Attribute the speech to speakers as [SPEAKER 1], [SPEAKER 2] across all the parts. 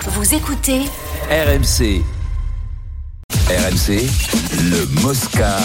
[SPEAKER 1] Vous écoutez
[SPEAKER 2] RMC. RMC, le Mosca.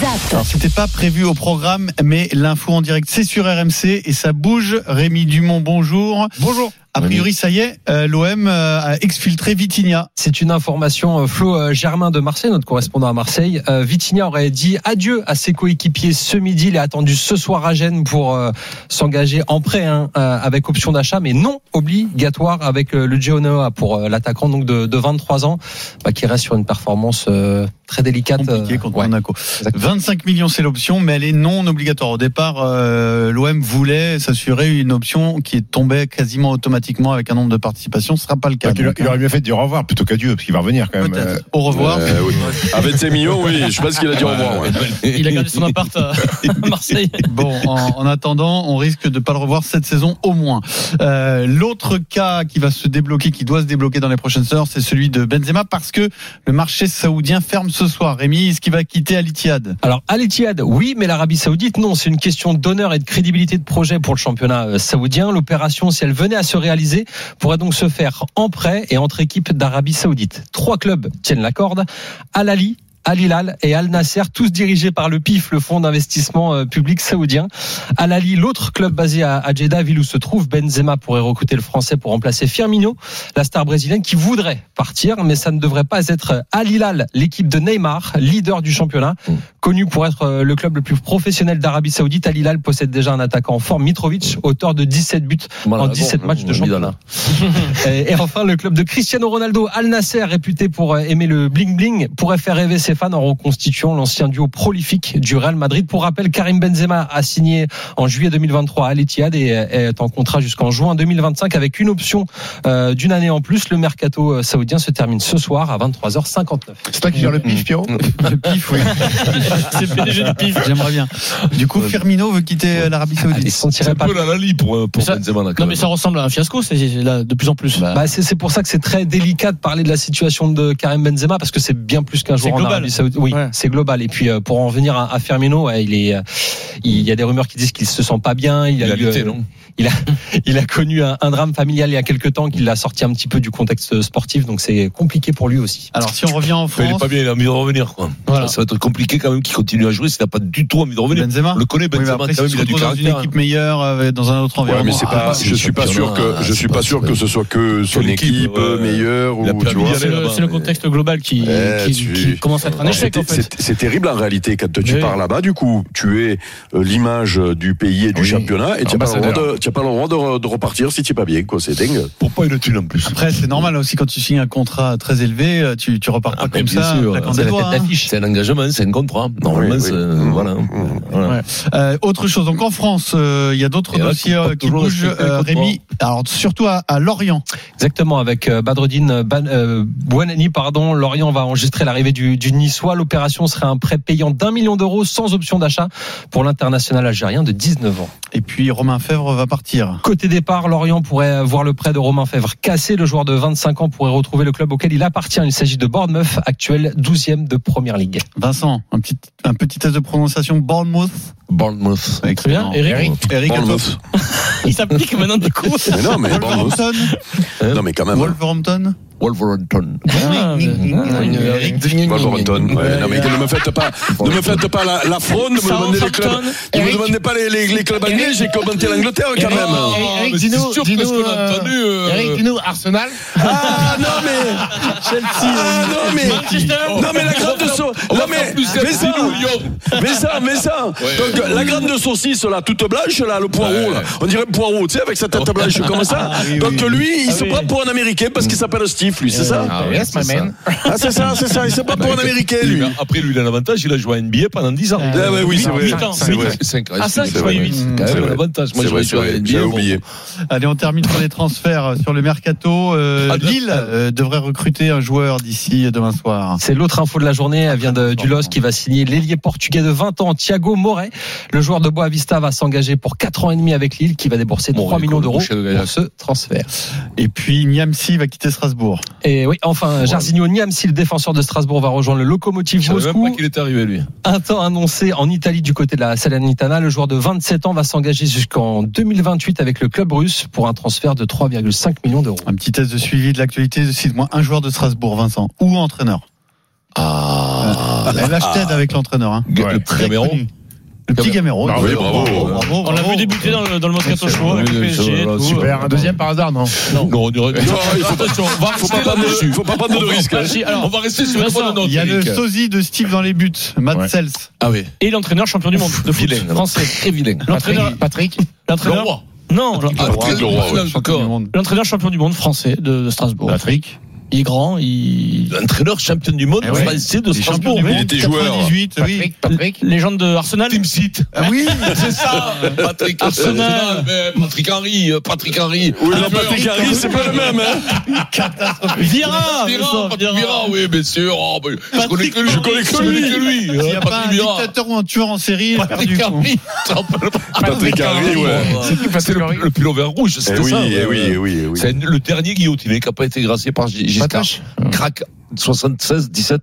[SPEAKER 1] ZAP.
[SPEAKER 3] Alors, c'était pas prévu au programme, mais l'info en direct, c'est sur RMC et ça bouge. Rémi Dumont, bonjour.
[SPEAKER 4] Bonjour.
[SPEAKER 3] A priori, ça y est, euh, l'OM euh, a exfiltré Vitinha.
[SPEAKER 4] C'est une information, euh, Flo euh, Germain de Marseille, notre correspondant à Marseille. Euh, Vitinha aurait dit adieu à ses coéquipiers ce midi. Il est attendu ce soir à Gênes pour euh, s'engager en prêt hein, euh, avec option d'achat, mais non obligatoire avec euh, le Genoa pour euh, l'attaquant donc de, de 23 ans, bah, qui reste sur une performance euh, très délicate.
[SPEAKER 3] Compliqué
[SPEAKER 4] euh,
[SPEAKER 3] contre
[SPEAKER 4] ouais.
[SPEAKER 3] Monaco. 25 millions, c'est l'option, mais elle est non obligatoire. Au départ, euh, l'OM voulait s'assurer une option qui tombait quasiment automatiquement avec un nombre de participations. Ce sera pas le cas.
[SPEAKER 5] Donc, il,
[SPEAKER 3] Donc,
[SPEAKER 5] il aurait mieux fait de dire au revoir plutôt qu'adieu, parce qu'il va revenir quand même.
[SPEAKER 3] Peut-être. Au revoir.
[SPEAKER 6] Euh, oui. À 25 millions, oui, je pense qu'il a dit au revoir. ouais.
[SPEAKER 7] Il a gardé son appart à à Marseille.
[SPEAKER 3] Bon, en, en attendant, on risque de pas le revoir cette saison au moins. Euh, L'autre cas qui va se débloquer, qui doit se débloquer dans les prochaines heures, c'est celui de Benzema parce que le marché saoudien ferme ce soir. Rémi, est-ce qu'il va quitter Al Ittihad
[SPEAKER 4] Alors, Al Ittihad, oui, mais l'Arabie Saoudite, non. C'est une question d'honneur et de crédibilité de projet pour le championnat euh, saoudien. L'opération, si elle venait à se réaliser, pourrait donc se faire en prêt et entre équipes d'Arabie Saoudite. Trois clubs tiennent la corde. Al Ali. Al Hilal et Al Nasser, tous dirigés par le PIF, le fonds d'investissement euh, public saoudien. Al Ali, l'autre club basé à, à Jeddah, ville où se trouve Benzema, pourrait recruter le français pour remplacer Firmino, la star brésilienne qui voudrait partir, mais ça ne devrait pas être Al Hilal, l'équipe de Neymar, leader du championnat, Connu pour être euh, le club le plus professionnel d'Arabie Saoudite, Al Hilal possède déjà un attaquant en forme, Mitrovic, auteur de 17 buts en 17 matchs de championnat. et, et enfin, le club de Cristiano Ronaldo, Al Nasser, réputé pour euh, aimer le bling-bling, pourrait faire rêver ses fans en reconstituant l'ancien duo prolifique du Real Madrid. Pour rappel, Karim Benzema a signé en juillet 2023 à l'Etihad et euh, est en contrat jusqu'en juin 2025 avec une option euh, d'une année en plus. Le mercato euh, saoudien se termine ce soir à 23h59.
[SPEAKER 5] Euh, C'est toi qui gère le pif, Pierrot
[SPEAKER 3] Le pif, oui.
[SPEAKER 7] C'est le PDG du PIF.
[SPEAKER 3] J'aimerais bien. Du coup, Firmino veut quitter euh, l'Arabie
[SPEAKER 4] Allez,
[SPEAKER 3] Saoudite.
[SPEAKER 4] s'en tirer pas
[SPEAKER 6] la Lali pour, pour
[SPEAKER 7] Ça-
[SPEAKER 6] Benzema. là, quand
[SPEAKER 7] Non,
[SPEAKER 6] même.
[SPEAKER 7] mais ça ressemble à un fiasco, c'est c'est là de plus en plus.
[SPEAKER 4] Bah, c'est c'est pour ça que c'est très délicat de parler de la situation de Karim Benzema parce que c'est bien plus qu'un joueur en
[SPEAKER 7] global.
[SPEAKER 4] Arabie Saoudite. Oui,
[SPEAKER 7] Ouais.
[SPEAKER 4] c'est global. Et puis euh, pour en venir à, à Firmino, ouais, il est, euh, il y a des rumeurs qui disent qu'il se sent pas bien. Il, eu, euh, il a, il a connu un, un drame familial il y a quelques temps qui l'a sorti un petit peu du contexte sportif, donc c'est compliqué pour lui aussi.
[SPEAKER 3] Alors, si on revient en
[SPEAKER 8] Enfin, il est
[SPEAKER 3] France,
[SPEAKER 8] pas bien, il a envie de revenir. Quoi.
[SPEAKER 7] Voilà.
[SPEAKER 8] Ça, ça va être compliqué quand même qu'il continue à jouer s'il n'a pas du tout envie de revenir.
[SPEAKER 3] Benzema.
[SPEAKER 8] On le connaît,
[SPEAKER 3] Oui, mais
[SPEAKER 8] Benzema, quand
[SPEAKER 3] après, s'il
[SPEAKER 8] même,
[SPEAKER 3] se
[SPEAKER 8] il a du
[SPEAKER 3] retrouve dans une
[SPEAKER 8] caractère.
[SPEAKER 3] équipe meilleure, euh, dans un autre
[SPEAKER 6] Ouais,
[SPEAKER 3] environnement.
[SPEAKER 6] mais c'est
[SPEAKER 8] Ah,
[SPEAKER 6] pas, je suis pas sûr que, je suis pas sûr que ce soit que son
[SPEAKER 8] Son équipe,
[SPEAKER 6] équipe euh,
[SPEAKER 8] ouais.
[SPEAKER 6] meilleure
[SPEAKER 8] Il a
[SPEAKER 6] ou
[SPEAKER 8] plus
[SPEAKER 6] tu
[SPEAKER 8] la
[SPEAKER 6] vois.
[SPEAKER 8] vie
[SPEAKER 7] C'est le, c'est le contexte global qui,
[SPEAKER 6] Eh,
[SPEAKER 7] qui-
[SPEAKER 6] tu-
[SPEAKER 7] qui commence à être un
[SPEAKER 6] Alors,
[SPEAKER 7] échec,
[SPEAKER 6] c'était-
[SPEAKER 7] en fait.
[SPEAKER 6] C'est c'est terrible en réalité quand tu
[SPEAKER 7] Oui.
[SPEAKER 6] pars là-bas. Du coup, tu es euh, l'image du pays et du
[SPEAKER 5] Oui.
[SPEAKER 6] championnat et tu n'as pas le droit,
[SPEAKER 5] Ambassadeur.
[SPEAKER 6] de, tu as pas le droit de, re- de repartir si tu n'es pas bien. quoi. C'est dingue.
[SPEAKER 8] Pourquoi il le tue en plus
[SPEAKER 3] Après, c'est normal aussi quand tu signes un contrat très élevé, euh, tu, tu repars pas
[SPEAKER 8] Ah, mais
[SPEAKER 3] comme
[SPEAKER 8] bien
[SPEAKER 3] ça.
[SPEAKER 8] sûr,
[SPEAKER 3] en claquant
[SPEAKER 8] c'est
[SPEAKER 3] des
[SPEAKER 8] la
[SPEAKER 3] doigts,
[SPEAKER 8] tête
[SPEAKER 3] hein.
[SPEAKER 8] d'affiche, c'est un engagement, c'est un contrat. Normalement,
[SPEAKER 6] Oui, oui.
[SPEAKER 8] c'est-
[SPEAKER 6] Mmh.
[SPEAKER 8] voilà.
[SPEAKER 6] Mmh.
[SPEAKER 8] Voilà.
[SPEAKER 3] Ouais. Euh, autre chose, donc en France, euh, il y a d'autres
[SPEAKER 8] Et là,
[SPEAKER 3] dossiers
[SPEAKER 8] tu peux
[SPEAKER 3] euh,
[SPEAKER 8] pas
[SPEAKER 3] qui
[SPEAKER 8] toujours
[SPEAKER 3] bougent,
[SPEAKER 8] respecter les
[SPEAKER 3] euh,
[SPEAKER 8] codes
[SPEAKER 3] Rémi, alors surtout à, à Lorient.
[SPEAKER 4] Exactement, avec euh, Badreddine Ban- euh, Bouhanani, pardon, Lorient va enregistrer l'arrivée du, du Niçois. L'opération serait un prêt payant d'un million d'euros sans option d'achat pour l'international algérien de 19 ans.
[SPEAKER 3] Et puis Romain Fèvre va partir.
[SPEAKER 4] Côté départ, Lorient pourrait voir le prêt de Romain Fèvre cassé. Le joueur de 25 ans pourrait retrouver le club auquel il appartient. Il s'agit de Bournemouth, actuel 12e de Première Ligue.
[SPEAKER 3] Vincent, un petit, un petit test de prononciation Bournemouth.
[SPEAKER 8] Bournemouth.
[SPEAKER 7] Très bien, Eric.
[SPEAKER 3] Eric à toi.
[SPEAKER 6] Bournemouth.
[SPEAKER 7] Il s'applique maintenant des coups.
[SPEAKER 6] Mais non, mais Bournemouth.
[SPEAKER 3] Wolverhampton.
[SPEAKER 6] Non, mais quand même.
[SPEAKER 3] Wolverhampton.
[SPEAKER 8] Wolverhampton.
[SPEAKER 7] Ah,
[SPEAKER 3] Ah,
[SPEAKER 6] Wolverhampton. ouais. Non, mais ne me faites pas, ne me faites pas la, la fraude, ne me demandez les clubs. Ne me demandez pas les, les, les clubs anglais, j'ai commenté l'Angleterre quand même.
[SPEAKER 7] Oh,
[SPEAKER 8] mais c'est sûr que ce qu'on a entendu, euh,
[SPEAKER 5] dis-nous, Arsenal.
[SPEAKER 6] Ah non mais Ah non mais Non mais la grande saucisse Non mais mais ça Mais ça mais ça Donc la grande saucisse là toute blanche là le poireau là on dirait poireau tu sais avec sa tête blanche comme ça Donc lui il se prend pour un américain parce qu'il s'appelle Steve lui c'est ça
[SPEAKER 8] Ah, ouais, c'est ça.
[SPEAKER 6] Ah c'est ça c'est ça il se prend pour un américain
[SPEAKER 8] Il
[SPEAKER 6] lui
[SPEAKER 8] a- Après, lui, il a l'avantage, il a joué à NBA pendant 10 ans.
[SPEAKER 6] Ah ouais, oui c'est vrai
[SPEAKER 7] Huit ans.
[SPEAKER 6] c'est vrai
[SPEAKER 3] Ah.
[SPEAKER 4] Ah,
[SPEAKER 7] À cinq, je croyais huit.
[SPEAKER 8] Quand
[SPEAKER 6] C'est
[SPEAKER 8] même,
[SPEAKER 6] vrai.
[SPEAKER 8] l'avantage. Moi,
[SPEAKER 6] c'est
[SPEAKER 8] je
[SPEAKER 6] vrai,
[SPEAKER 8] vais
[SPEAKER 6] c'est
[SPEAKER 8] jouer à
[SPEAKER 6] vrai, j'avais
[SPEAKER 8] NBA. bon.
[SPEAKER 6] oublié.
[SPEAKER 3] Allez, on termine sur les transferts euh, sur le mercato. Euh,
[SPEAKER 8] Ah, de-
[SPEAKER 3] Lille euh, devrait recruter un joueur d'ici euh, demain soir.
[SPEAKER 4] C'est l'autre info de la journée. Elle vient
[SPEAKER 8] Ah,
[SPEAKER 4] de, du LOS qui va signer l'ailier portugais de 20 ans, Thiago Moret. Le joueur de Boavista va s'engager pour 4 ans et demi avec Lille qui va débourser 3
[SPEAKER 8] Moret,
[SPEAKER 4] millions
[SPEAKER 8] comme le
[SPEAKER 4] d'euros
[SPEAKER 8] boucher de
[SPEAKER 4] pour
[SPEAKER 8] Gaillac.
[SPEAKER 4] ce transfert.
[SPEAKER 3] Et puis Niamsi va quitter Strasbourg.
[SPEAKER 5] Strasbourg.
[SPEAKER 4] Et oui, enfin, Jarzinho Niam, si le défenseur de Strasbourg va rejoindre le Locomotive
[SPEAKER 8] Je savais même pas
[SPEAKER 4] Moscou,
[SPEAKER 8] qu'il était arrivé, lui.
[SPEAKER 4] un temps annoncé en Italie du côté de la Salernitana, le joueur de 27 ans va s'engager jusqu'en 2028 avec le club russe pour un transfert de 3,5 millions d'euros.
[SPEAKER 3] Un petit test de suivi de l'actualité de cite-moi un joueur de Strasbourg, Vincent, ou entraîneur. Ah, là, je t'aide avec l'entraîneur. Hein.
[SPEAKER 5] Ouais.
[SPEAKER 8] Le
[SPEAKER 3] Très
[SPEAKER 8] Gamero.
[SPEAKER 3] connu. Le petit Gamero.
[SPEAKER 5] Bravo,
[SPEAKER 3] Oui,
[SPEAKER 8] bravo.
[SPEAKER 3] bravo,
[SPEAKER 7] On l'a
[SPEAKER 3] bravo.
[SPEAKER 7] vu débuter dans le, dans le Moscato
[SPEAKER 8] C'est
[SPEAKER 7] Show
[SPEAKER 8] vrai,
[SPEAKER 7] avec le
[SPEAKER 8] oui,
[SPEAKER 7] PSG.
[SPEAKER 8] c'est vrai,
[SPEAKER 7] tout.
[SPEAKER 5] Super, un deuxième par hasard, non
[SPEAKER 8] Non, on dirait.
[SPEAKER 6] Non, Ah, il faut pas-
[SPEAKER 8] Attention, on va
[SPEAKER 6] Faut
[SPEAKER 8] rester
[SPEAKER 6] pas prendre
[SPEAKER 8] là-dessus.
[SPEAKER 6] de- faut pas prendre de risque. hein.
[SPEAKER 7] Merci. Alors,
[SPEAKER 8] On va rester sur le
[SPEAKER 7] Vincent,
[SPEAKER 8] point de notre
[SPEAKER 3] Il y a le
[SPEAKER 8] Eric.
[SPEAKER 3] sosie de Steve dans les buts, Matt
[SPEAKER 5] Ouais.
[SPEAKER 3] Sels.
[SPEAKER 8] Ah oui.
[SPEAKER 7] et l'entraîneur champion du monde de foot
[SPEAKER 8] Vilain, alors.
[SPEAKER 7] français.
[SPEAKER 8] Très vilain.
[SPEAKER 7] L'entraîneur,
[SPEAKER 5] Patrick
[SPEAKER 8] Le
[SPEAKER 7] l'entraîneur,
[SPEAKER 8] roi.
[SPEAKER 7] non, l'en-
[SPEAKER 8] Ah, très
[SPEAKER 6] le roi, ouais.
[SPEAKER 3] Champion du
[SPEAKER 8] d'accord.
[SPEAKER 3] monde.
[SPEAKER 7] l'entraîneur champion du monde français de, de Strasbourg.
[SPEAKER 5] Patrick
[SPEAKER 7] Il est grand, il
[SPEAKER 8] L'entraîneur champion du monde
[SPEAKER 3] Eh ouais.
[SPEAKER 8] français de
[SPEAKER 3] Il est champion
[SPEAKER 8] Strasbourg.
[SPEAKER 3] du monde,
[SPEAKER 6] était joueur.
[SPEAKER 3] 98, oui.
[SPEAKER 5] Patrick Patrick
[SPEAKER 7] légende de Arsenal.
[SPEAKER 8] Team Seat.
[SPEAKER 3] Ah oui,
[SPEAKER 8] C'est ça, Patrick
[SPEAKER 7] Arsenal.
[SPEAKER 3] Ah,
[SPEAKER 8] Arsenal, mais Patrick Henry, euh, Patrick Henry.
[SPEAKER 6] Oui, non, Patrick Harris, c'est pas le même, hein.
[SPEAKER 8] Vira,
[SPEAKER 7] Vira, Vincent,
[SPEAKER 8] Patrick Vira, oui, bien sûr. Oh, ben, je connais que lui.
[SPEAKER 6] Je connais que
[SPEAKER 8] Je connais que lui.
[SPEAKER 3] il n'y a
[SPEAKER 8] Euh,
[SPEAKER 3] pas un
[SPEAKER 8] Patrick Vira.
[SPEAKER 3] dictateur ou un tueur en série. elle a perdu,
[SPEAKER 8] Patrick
[SPEAKER 3] quoi.
[SPEAKER 8] Henry. Tu te rappelles pas
[SPEAKER 6] Patrick Harris, ouais.
[SPEAKER 8] C'est qui Patrick Henry Le pullover rouge,
[SPEAKER 6] Eh
[SPEAKER 8] c'était
[SPEAKER 6] oui,
[SPEAKER 8] ça.
[SPEAKER 6] eh oui, eh oui, eh oui.
[SPEAKER 8] C'est le dernier guillotiné qui n'a pas été gracié par G- Giscard.
[SPEAKER 5] Patoche.
[SPEAKER 8] Crac 76, 17.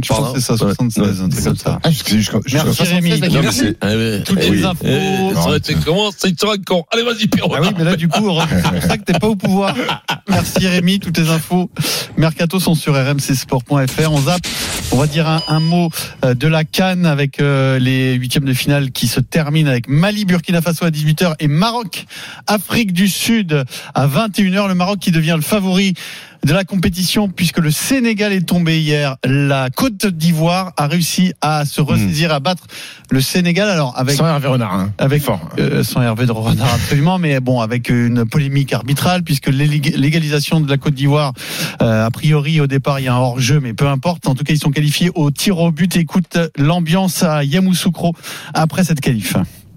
[SPEAKER 3] Je pense que c'est ça, 76, un truc comme ça.
[SPEAKER 5] Ah, jusqu'à- jusqu'à- jusqu'à-
[SPEAKER 3] Merci,
[SPEAKER 5] 76,
[SPEAKER 3] Rémi.
[SPEAKER 5] d'accord.
[SPEAKER 6] Non, mais c'est-
[SPEAKER 8] Ah ouais.
[SPEAKER 3] Toutes
[SPEAKER 6] Eh
[SPEAKER 3] les
[SPEAKER 6] oui.
[SPEAKER 3] infos.
[SPEAKER 8] Eh, ça
[SPEAKER 5] Non.
[SPEAKER 8] aurait été comment C'est une encore. Allez, vas-y, Pierrot.
[SPEAKER 3] Ah oui, mais là, du coup, Rob, c'est pour ça que t'es pas au pouvoir. Merci Rémi, toutes les infos mercato sont sur rmcsport.fr. On zappe, on va dire un, un mot euh, de la Cannes avec euh, les huitièmes de finale qui se terminent avec Mali, Burkina Faso à 18h et Maroc, Afrique du Sud à 21h. Le Maroc qui devient le favori de la compétition puisque le Sénégal est tombé hier. La Côte d'Ivoire a réussi à se ressaisir, à battre le Sénégal. Alors, avec
[SPEAKER 5] Sans Hervé Renard. hein.
[SPEAKER 3] avec
[SPEAKER 5] Fort.
[SPEAKER 3] euh, sans Hervé de Renard absolument, mais bon, avec une polémique arbitrale puisque l'élég- l'égalisation de la Côte d'Ivoire, euh, a priori au départ il y a un hors jeu, mais peu importe. En tout cas, ils sont qualifiés au tir au but. Écoute l'ambiance à Yamoussoukro après cette qualif.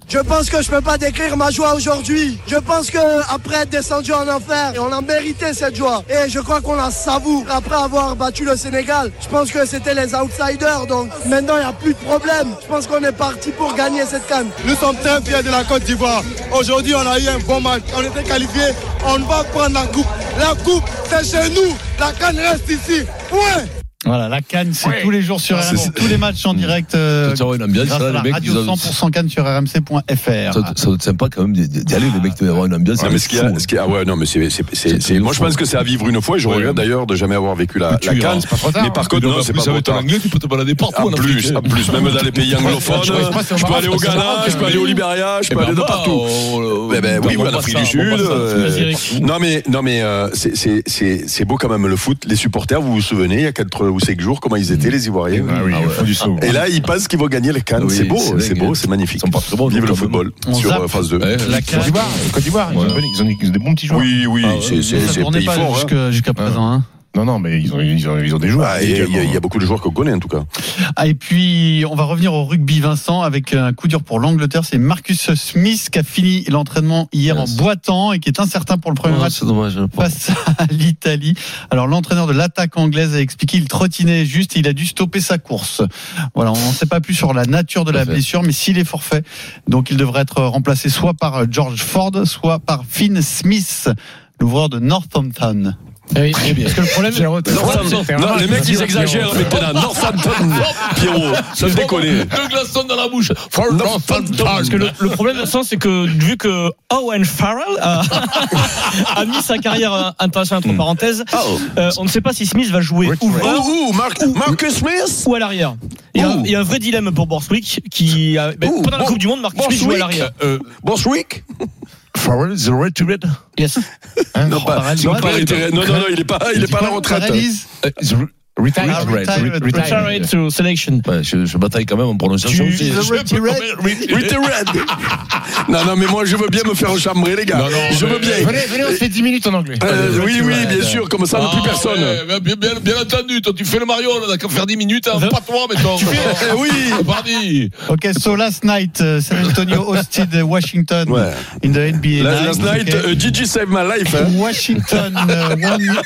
[SPEAKER 1] Je pense que je peux pas décrire ma joie aujourd'hui. Je pense que après être descendu en enfer, on a mérité cette joie. Et je crois qu'on la savoure après avoir battu le Sénégal. Je pense que c'était les outsiders, donc maintenant il n'y a plus de problème. Je pense qu'on est parti pour gagner cette canne. Nous sommes très fiers de la Côte d'Ivoire. Aujourd'hui, on a eu un bon match. On était qualifiés. On va prendre la coupe. La coupe, c'est chez nous. La canne reste ici. Ouais.
[SPEAKER 3] Voilà, la Cannes, c'est tous les jours sur
[SPEAKER 6] Ah, c'est-
[SPEAKER 3] RMC, tous les matchs en direct. euh,
[SPEAKER 8] Ça aurait une ambiance,
[SPEAKER 3] grâce
[SPEAKER 8] ça,
[SPEAKER 3] à la
[SPEAKER 8] les mecs, ils
[SPEAKER 3] radio
[SPEAKER 8] ont-
[SPEAKER 3] 100% Cannes sur
[SPEAKER 8] Ça,
[SPEAKER 3] rmc.fr.
[SPEAKER 8] ça doit être sympa quand même d'y d'y aller, les mecs, d'avoir une ambiance.
[SPEAKER 6] Ah, mais ce qu'il y a- ce qu'il y a- ah ouais, non, mais c'est, c'est- c'est- c'est- moi je pense que c'est à vivre une fois et je
[SPEAKER 8] Ouais.
[SPEAKER 6] regrette d'ailleurs de jamais avoir vécu la,
[SPEAKER 8] Tu
[SPEAKER 6] la
[SPEAKER 8] iras.
[SPEAKER 6] Cannes.
[SPEAKER 8] C'est
[SPEAKER 5] pas trop tard,
[SPEAKER 6] mais
[SPEAKER 5] hein.
[SPEAKER 6] par contre, non, c'est pas trop
[SPEAKER 8] en
[SPEAKER 6] tard.
[SPEAKER 8] anglais, tu peux te balader partout.
[SPEAKER 6] En
[SPEAKER 8] en Afrique.
[SPEAKER 6] plus, en plus, même dans les pays anglophones,
[SPEAKER 5] Je pense que c'est au
[SPEAKER 6] je peux
[SPEAKER 5] Maroc,
[SPEAKER 6] aller au
[SPEAKER 5] parce que c'est au
[SPEAKER 6] Ghana,
[SPEAKER 5] Maroc,
[SPEAKER 6] je peux aller au Libéria, je
[SPEAKER 8] Eh
[SPEAKER 6] peux
[SPEAKER 8] ben,
[SPEAKER 6] aller de
[SPEAKER 8] bah,
[SPEAKER 6] partout.
[SPEAKER 8] oh, oh,
[SPEAKER 6] Eh ben
[SPEAKER 8] bah,
[SPEAKER 6] oui,
[SPEAKER 8] on
[SPEAKER 6] ou à
[SPEAKER 8] passe
[SPEAKER 6] l'Afrique
[SPEAKER 8] ça,
[SPEAKER 6] du
[SPEAKER 8] on
[SPEAKER 6] Sud.
[SPEAKER 8] passe ça.
[SPEAKER 6] euh,
[SPEAKER 7] Vas-y, Eric.
[SPEAKER 6] Non mais, non mais euh, c'est- c'est c'est- c'est beau quand même le foot. Les supporters, vous vous souvenez, il y a 4 ou 5 jours, comment ils étaient les Ivoiriens
[SPEAKER 5] Ah oui, au fond du saut.
[SPEAKER 6] Et là, ils pensent qu'ils vont gagner les Cannes.
[SPEAKER 8] Oui,
[SPEAKER 6] c'est beau,
[SPEAKER 8] c'est
[SPEAKER 6] c'est
[SPEAKER 8] dingue.
[SPEAKER 6] beau, c'est
[SPEAKER 8] Ils
[SPEAKER 6] magnifique.
[SPEAKER 8] sont pas très bons,
[SPEAKER 6] Vive le
[SPEAKER 8] donc,
[SPEAKER 6] football
[SPEAKER 3] On
[SPEAKER 6] sur
[SPEAKER 3] zappe.
[SPEAKER 6] euh, phase 2.
[SPEAKER 8] Ouais.
[SPEAKER 3] La
[SPEAKER 5] Côte
[SPEAKER 3] Cannes,
[SPEAKER 5] d'Ivoire, Côte d'Ivoire, ils ont
[SPEAKER 8] Ouais.
[SPEAKER 5] une bonne- ils ont ils ont des bons petits joueurs.
[SPEAKER 6] Oui, oui,
[SPEAKER 8] Ah ouais,
[SPEAKER 6] c'est c'est-
[SPEAKER 3] ça
[SPEAKER 6] c'est
[SPEAKER 3] tournait
[SPEAKER 6] pays
[SPEAKER 3] pas
[SPEAKER 6] fort. hein.
[SPEAKER 3] jusque- jusqu'à présent. hein.
[SPEAKER 5] Non, non, mais ils ont, ils ont, ils ont des joueurs.
[SPEAKER 6] Ah, et Il y, a- il y a beaucoup de joueurs qu'on connaît en tout cas.
[SPEAKER 3] Ah, et puis, on va revenir au rugby, Vincent, avec un coup dur pour l'Angleterre. C'est Marcus Smith qui a fini l'entraînement hier
[SPEAKER 8] Yes.
[SPEAKER 3] en boitant et qui est incertain pour le premier
[SPEAKER 8] Ouais,
[SPEAKER 3] match
[SPEAKER 8] C'est dommage. hein, le pauvre.
[SPEAKER 3] face à l'Italie. Alors, l'entraîneur de l'attaque anglaise a expliqué il trottinait juste et il a dû stopper sa course. Voilà, on ne sait pas plus sur la nature de la
[SPEAKER 8] Parfait.
[SPEAKER 3] blessure, mais s'il est forfait, donc il devrait être remplacé soit par George Ford, soit par Finn Smith, l'ouvreur de Northampton.
[SPEAKER 7] Eh oui, parce que le problème,
[SPEAKER 5] Northampton.
[SPEAKER 6] Non, les mecs ils exagèrent maintenant. Northampton, Pierrot, ça
[SPEAKER 8] Deux
[SPEAKER 6] déconner.
[SPEAKER 8] glaçons dans la bouche. For Northampton.
[SPEAKER 7] parce que le, le problème de ça, c'est que vu que Owen Farrell a, a mis sa carrière euh, internationale
[SPEAKER 3] Hmm.
[SPEAKER 7] entre parenthèses,
[SPEAKER 3] Oh.
[SPEAKER 7] euh, on ne sait pas si Smith va jouer ouvreur
[SPEAKER 6] Ouh, Marc- Marcus Smith
[SPEAKER 7] ou à l'arrière. Il y, a,
[SPEAKER 6] Ouh.
[SPEAKER 7] il y a un vrai dilemme pour Borswick qui, a, ben,
[SPEAKER 6] Ouh,
[SPEAKER 7] pendant la
[SPEAKER 6] Bor-
[SPEAKER 7] Coupe du Monde, Marcus Smith joue
[SPEAKER 6] Borswick
[SPEAKER 7] à l'arrière.
[SPEAKER 8] Euh,
[SPEAKER 6] Borswick
[SPEAKER 8] Farrell is the right to bed.
[SPEAKER 7] Yes.
[SPEAKER 6] Non, pas,
[SPEAKER 3] Farrell,
[SPEAKER 6] non,
[SPEAKER 3] ouais.
[SPEAKER 6] pas retraité. non, non, non, il est pas, il est pas à la retraite.
[SPEAKER 3] Paralise
[SPEAKER 8] Is re-
[SPEAKER 3] Ah,
[SPEAKER 8] Retired.
[SPEAKER 3] retired.
[SPEAKER 7] Charade to selection.
[SPEAKER 8] Ouais, je, je bataille quand même en prononciation
[SPEAKER 3] Tu-
[SPEAKER 8] aussi.
[SPEAKER 3] The
[SPEAKER 8] Je-
[SPEAKER 3] retired.
[SPEAKER 6] Retired. Non, non, mais moi je veux bien me faire chambrer, les gars.
[SPEAKER 8] Non, non,
[SPEAKER 6] je veux
[SPEAKER 8] mais-
[SPEAKER 6] bien.
[SPEAKER 5] Venez, venez, on se fait 10 minutes en anglais.
[SPEAKER 6] Euh, oui, oui,
[SPEAKER 8] Retired.
[SPEAKER 6] bien sûr, comme ça,
[SPEAKER 8] Ah,
[SPEAKER 6] plus personne.
[SPEAKER 8] ouais, mais bien, bien- bien entendu, toi tu fais le Mario, là, qu'à faire 10 minutes, hein, pas toi, mais toi.
[SPEAKER 6] Eh oui
[SPEAKER 8] Pardi.
[SPEAKER 3] Ok, so last night, uh, San Antonio hosted uh, Washington
[SPEAKER 6] Ouais.
[SPEAKER 3] in the NBA.
[SPEAKER 6] Last, last night,
[SPEAKER 3] okay.
[SPEAKER 6] uh, Gigi saved my life. Hein. Mm.
[SPEAKER 3] Washington uh, won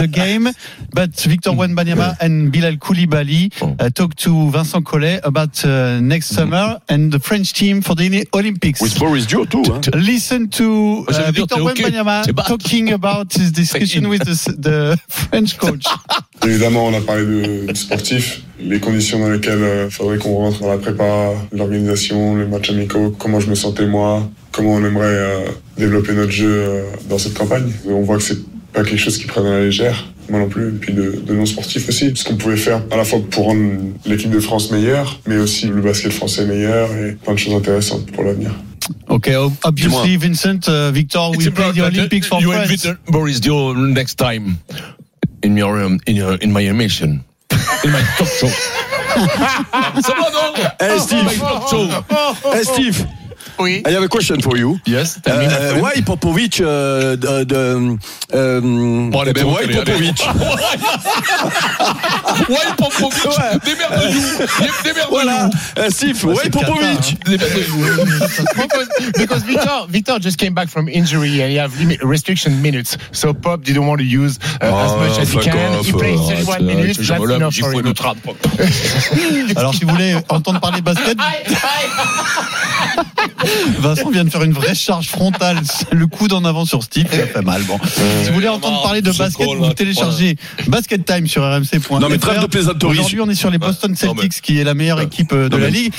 [SPEAKER 3] the game, but Victor Wenbanyama Wanyama and Bilal Koulibaly
[SPEAKER 6] Oh.
[SPEAKER 3] uh, talk to Vincent Collet about uh, next summer and the French team for the Olympics.
[SPEAKER 6] Mm-hmm. With Oh, Boris Dio, too. Hein.
[SPEAKER 3] Listen to uh,
[SPEAKER 7] J'allais dire,
[SPEAKER 3] Victor
[SPEAKER 7] t'es ok,
[SPEAKER 3] Wembanyama
[SPEAKER 7] t'es bas.
[SPEAKER 3] talking about his discussion with the, s- the French coach.
[SPEAKER 1] Évidemment, on a parlé de, de sportif, les conditions dans lesquelles il faudrait qu'on rentre dans la prépa, l'organisation, les matchs amicaux, comment je me sentais moi, comment on aimerait euh, développer notre jeu euh, dans cette campagne. On voit que c'est pas quelque chose qui prennent à la légère, moi non plus, et puis de, de non sportif aussi, ce qu'on pouvait faire à la fois pour rendre l'équipe de France meilleure, mais aussi le basket français meilleur et plein de choses intéressantes pour l'avenir.
[SPEAKER 3] okay, ob- obviously, Vincent, uh, Victor, we play the Olympics for
[SPEAKER 7] you
[SPEAKER 3] France.
[SPEAKER 7] invite Boris Dio next time in your um, in your in my emission. In my talk show. Ça va non?
[SPEAKER 6] Hey, Steve.
[SPEAKER 7] My talk show.
[SPEAKER 6] Hey, Steve.
[SPEAKER 5] Oui.
[SPEAKER 6] I have a question for you.
[SPEAKER 7] Yes. tell me,
[SPEAKER 6] Uh,
[SPEAKER 7] my friend.
[SPEAKER 6] why Popovic? Uh, the, the, um,
[SPEAKER 7] Bon, allez, ben,
[SPEAKER 6] why
[SPEAKER 7] allez, allez.
[SPEAKER 6] Popovic?
[SPEAKER 7] Why Popovic?
[SPEAKER 6] Ouais.
[SPEAKER 7] Démerde-nous. Démerde-nous.
[SPEAKER 6] voilà. Uh, Steve, why
[SPEAKER 7] hein.
[SPEAKER 6] Popovic?
[SPEAKER 7] Démerde-nous.
[SPEAKER 5] because Victor, Victor just came back from injury and he have limit, restriction minutes. So Pop didn't want to use uh,
[SPEAKER 7] Ah,
[SPEAKER 5] as much as he
[SPEAKER 7] fuck
[SPEAKER 5] can.
[SPEAKER 7] off,
[SPEAKER 5] he played
[SPEAKER 7] arrête,
[SPEAKER 5] 31
[SPEAKER 7] arrête,
[SPEAKER 5] minutes.
[SPEAKER 7] je
[SPEAKER 5] That's
[SPEAKER 7] me lave,
[SPEAKER 5] enough
[SPEAKER 7] j'y
[SPEAKER 5] for
[SPEAKER 7] fous
[SPEAKER 5] him.
[SPEAKER 7] le trap.
[SPEAKER 3] Alors, si vous voulez entendre parler basket, Vincent vient de faire une vraie charge frontale. Le coup d'en avant sur Steve, ça fait mal. Bon.
[SPEAKER 6] Euh,
[SPEAKER 3] Si vous voulez entendre parler de
[SPEAKER 7] ce
[SPEAKER 3] basket,
[SPEAKER 7] call, là,
[SPEAKER 3] vous
[SPEAKER 7] tu
[SPEAKER 3] téléchargez Basket Time sur rmc.fr.
[SPEAKER 6] hein, Non, mais trêve de plaisanterie.
[SPEAKER 3] Aujourd'hui, on est sur les Boston
[SPEAKER 7] Ouais, non, mais-
[SPEAKER 3] Celtics, qui est la meilleure équipe euh, de
[SPEAKER 6] Non,
[SPEAKER 3] la
[SPEAKER 6] mais-
[SPEAKER 3] ligue.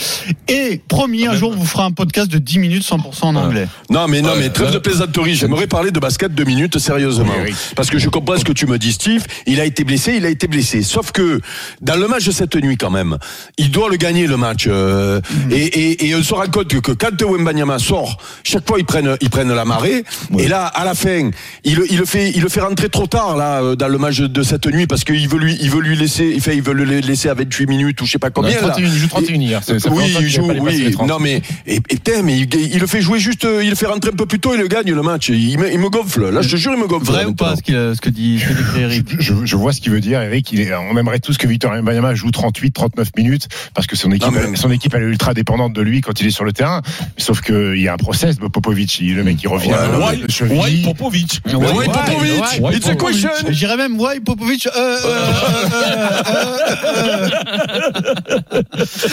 [SPEAKER 3] Et promis, un jour, on vous fera un podcast de 10 minutes 100% en anglais.
[SPEAKER 6] Non, mais non,
[SPEAKER 7] Ouais,
[SPEAKER 6] mais trêve
[SPEAKER 7] ouais.
[SPEAKER 6] de plaisanterie. J'aimerais parler de basket deux minutes sérieusement.
[SPEAKER 5] Oui, oui.
[SPEAKER 6] Parce que je comprends ce que tu me dis, Steve. Il a été blessé, il a été blessé. Sauf que, dans le match de cette nuit, quand même, il doit le gagner, le match. euh,
[SPEAKER 5] Mm.
[SPEAKER 6] et, et, et on se rend compte que, que quand Wembanyama sort, chaque fois, ils prennent, ils prennent la marée. Et là, à la fin, il, le- il le fait, il le fait rentrer trop tard, là, euh, dans le match de cette nuit, parce qu'il veut lui, il veut lui laisser, il fait, il veut le laisser à 28 minutes ou je sais pas combien. là.
[SPEAKER 5] 31, il joue 31 hier. Ça- ça fait longtemps
[SPEAKER 6] oui, il
[SPEAKER 5] qu'il a
[SPEAKER 6] joue,
[SPEAKER 5] pas dépassé les
[SPEAKER 6] oui.
[SPEAKER 5] 30.
[SPEAKER 6] Non, mais, et, et putain, mais il, il le fait jouer juste, euh, il le fait rentrer un peu plus tôt, il le gagne le match. Il me, il me gonfle. Là, je te jure, il me gonfle.
[SPEAKER 3] Vrai ou pas,
[SPEAKER 6] maintenant.
[SPEAKER 3] ce, qu'il a- ce que dit, ce que dit Eric
[SPEAKER 5] Je, je vois ce qu'il veut dire, Eric. Il est- on aimerait tous que Victor Wembanyama joue 38, 39 minutes parce que son équipe,
[SPEAKER 6] Non, mais-
[SPEAKER 5] son équipe, elle est ultra dépendante de lui quand il est sur le terrain. Sauf qu'il y a un process de Popovic. il- Le mec, il revient.
[SPEAKER 6] Ouais,
[SPEAKER 5] euh,
[SPEAKER 7] Why,
[SPEAKER 5] de cheville.
[SPEAKER 7] why Popovic?
[SPEAKER 6] Mais
[SPEAKER 5] Ouais,
[SPEAKER 6] ouais, Popovic,
[SPEAKER 5] ouais,
[SPEAKER 6] it's a
[SPEAKER 5] Popovic.
[SPEAKER 6] question.
[SPEAKER 3] J'irais même, ouais, Popovic, euh, euh, euh, euh, euh, euh,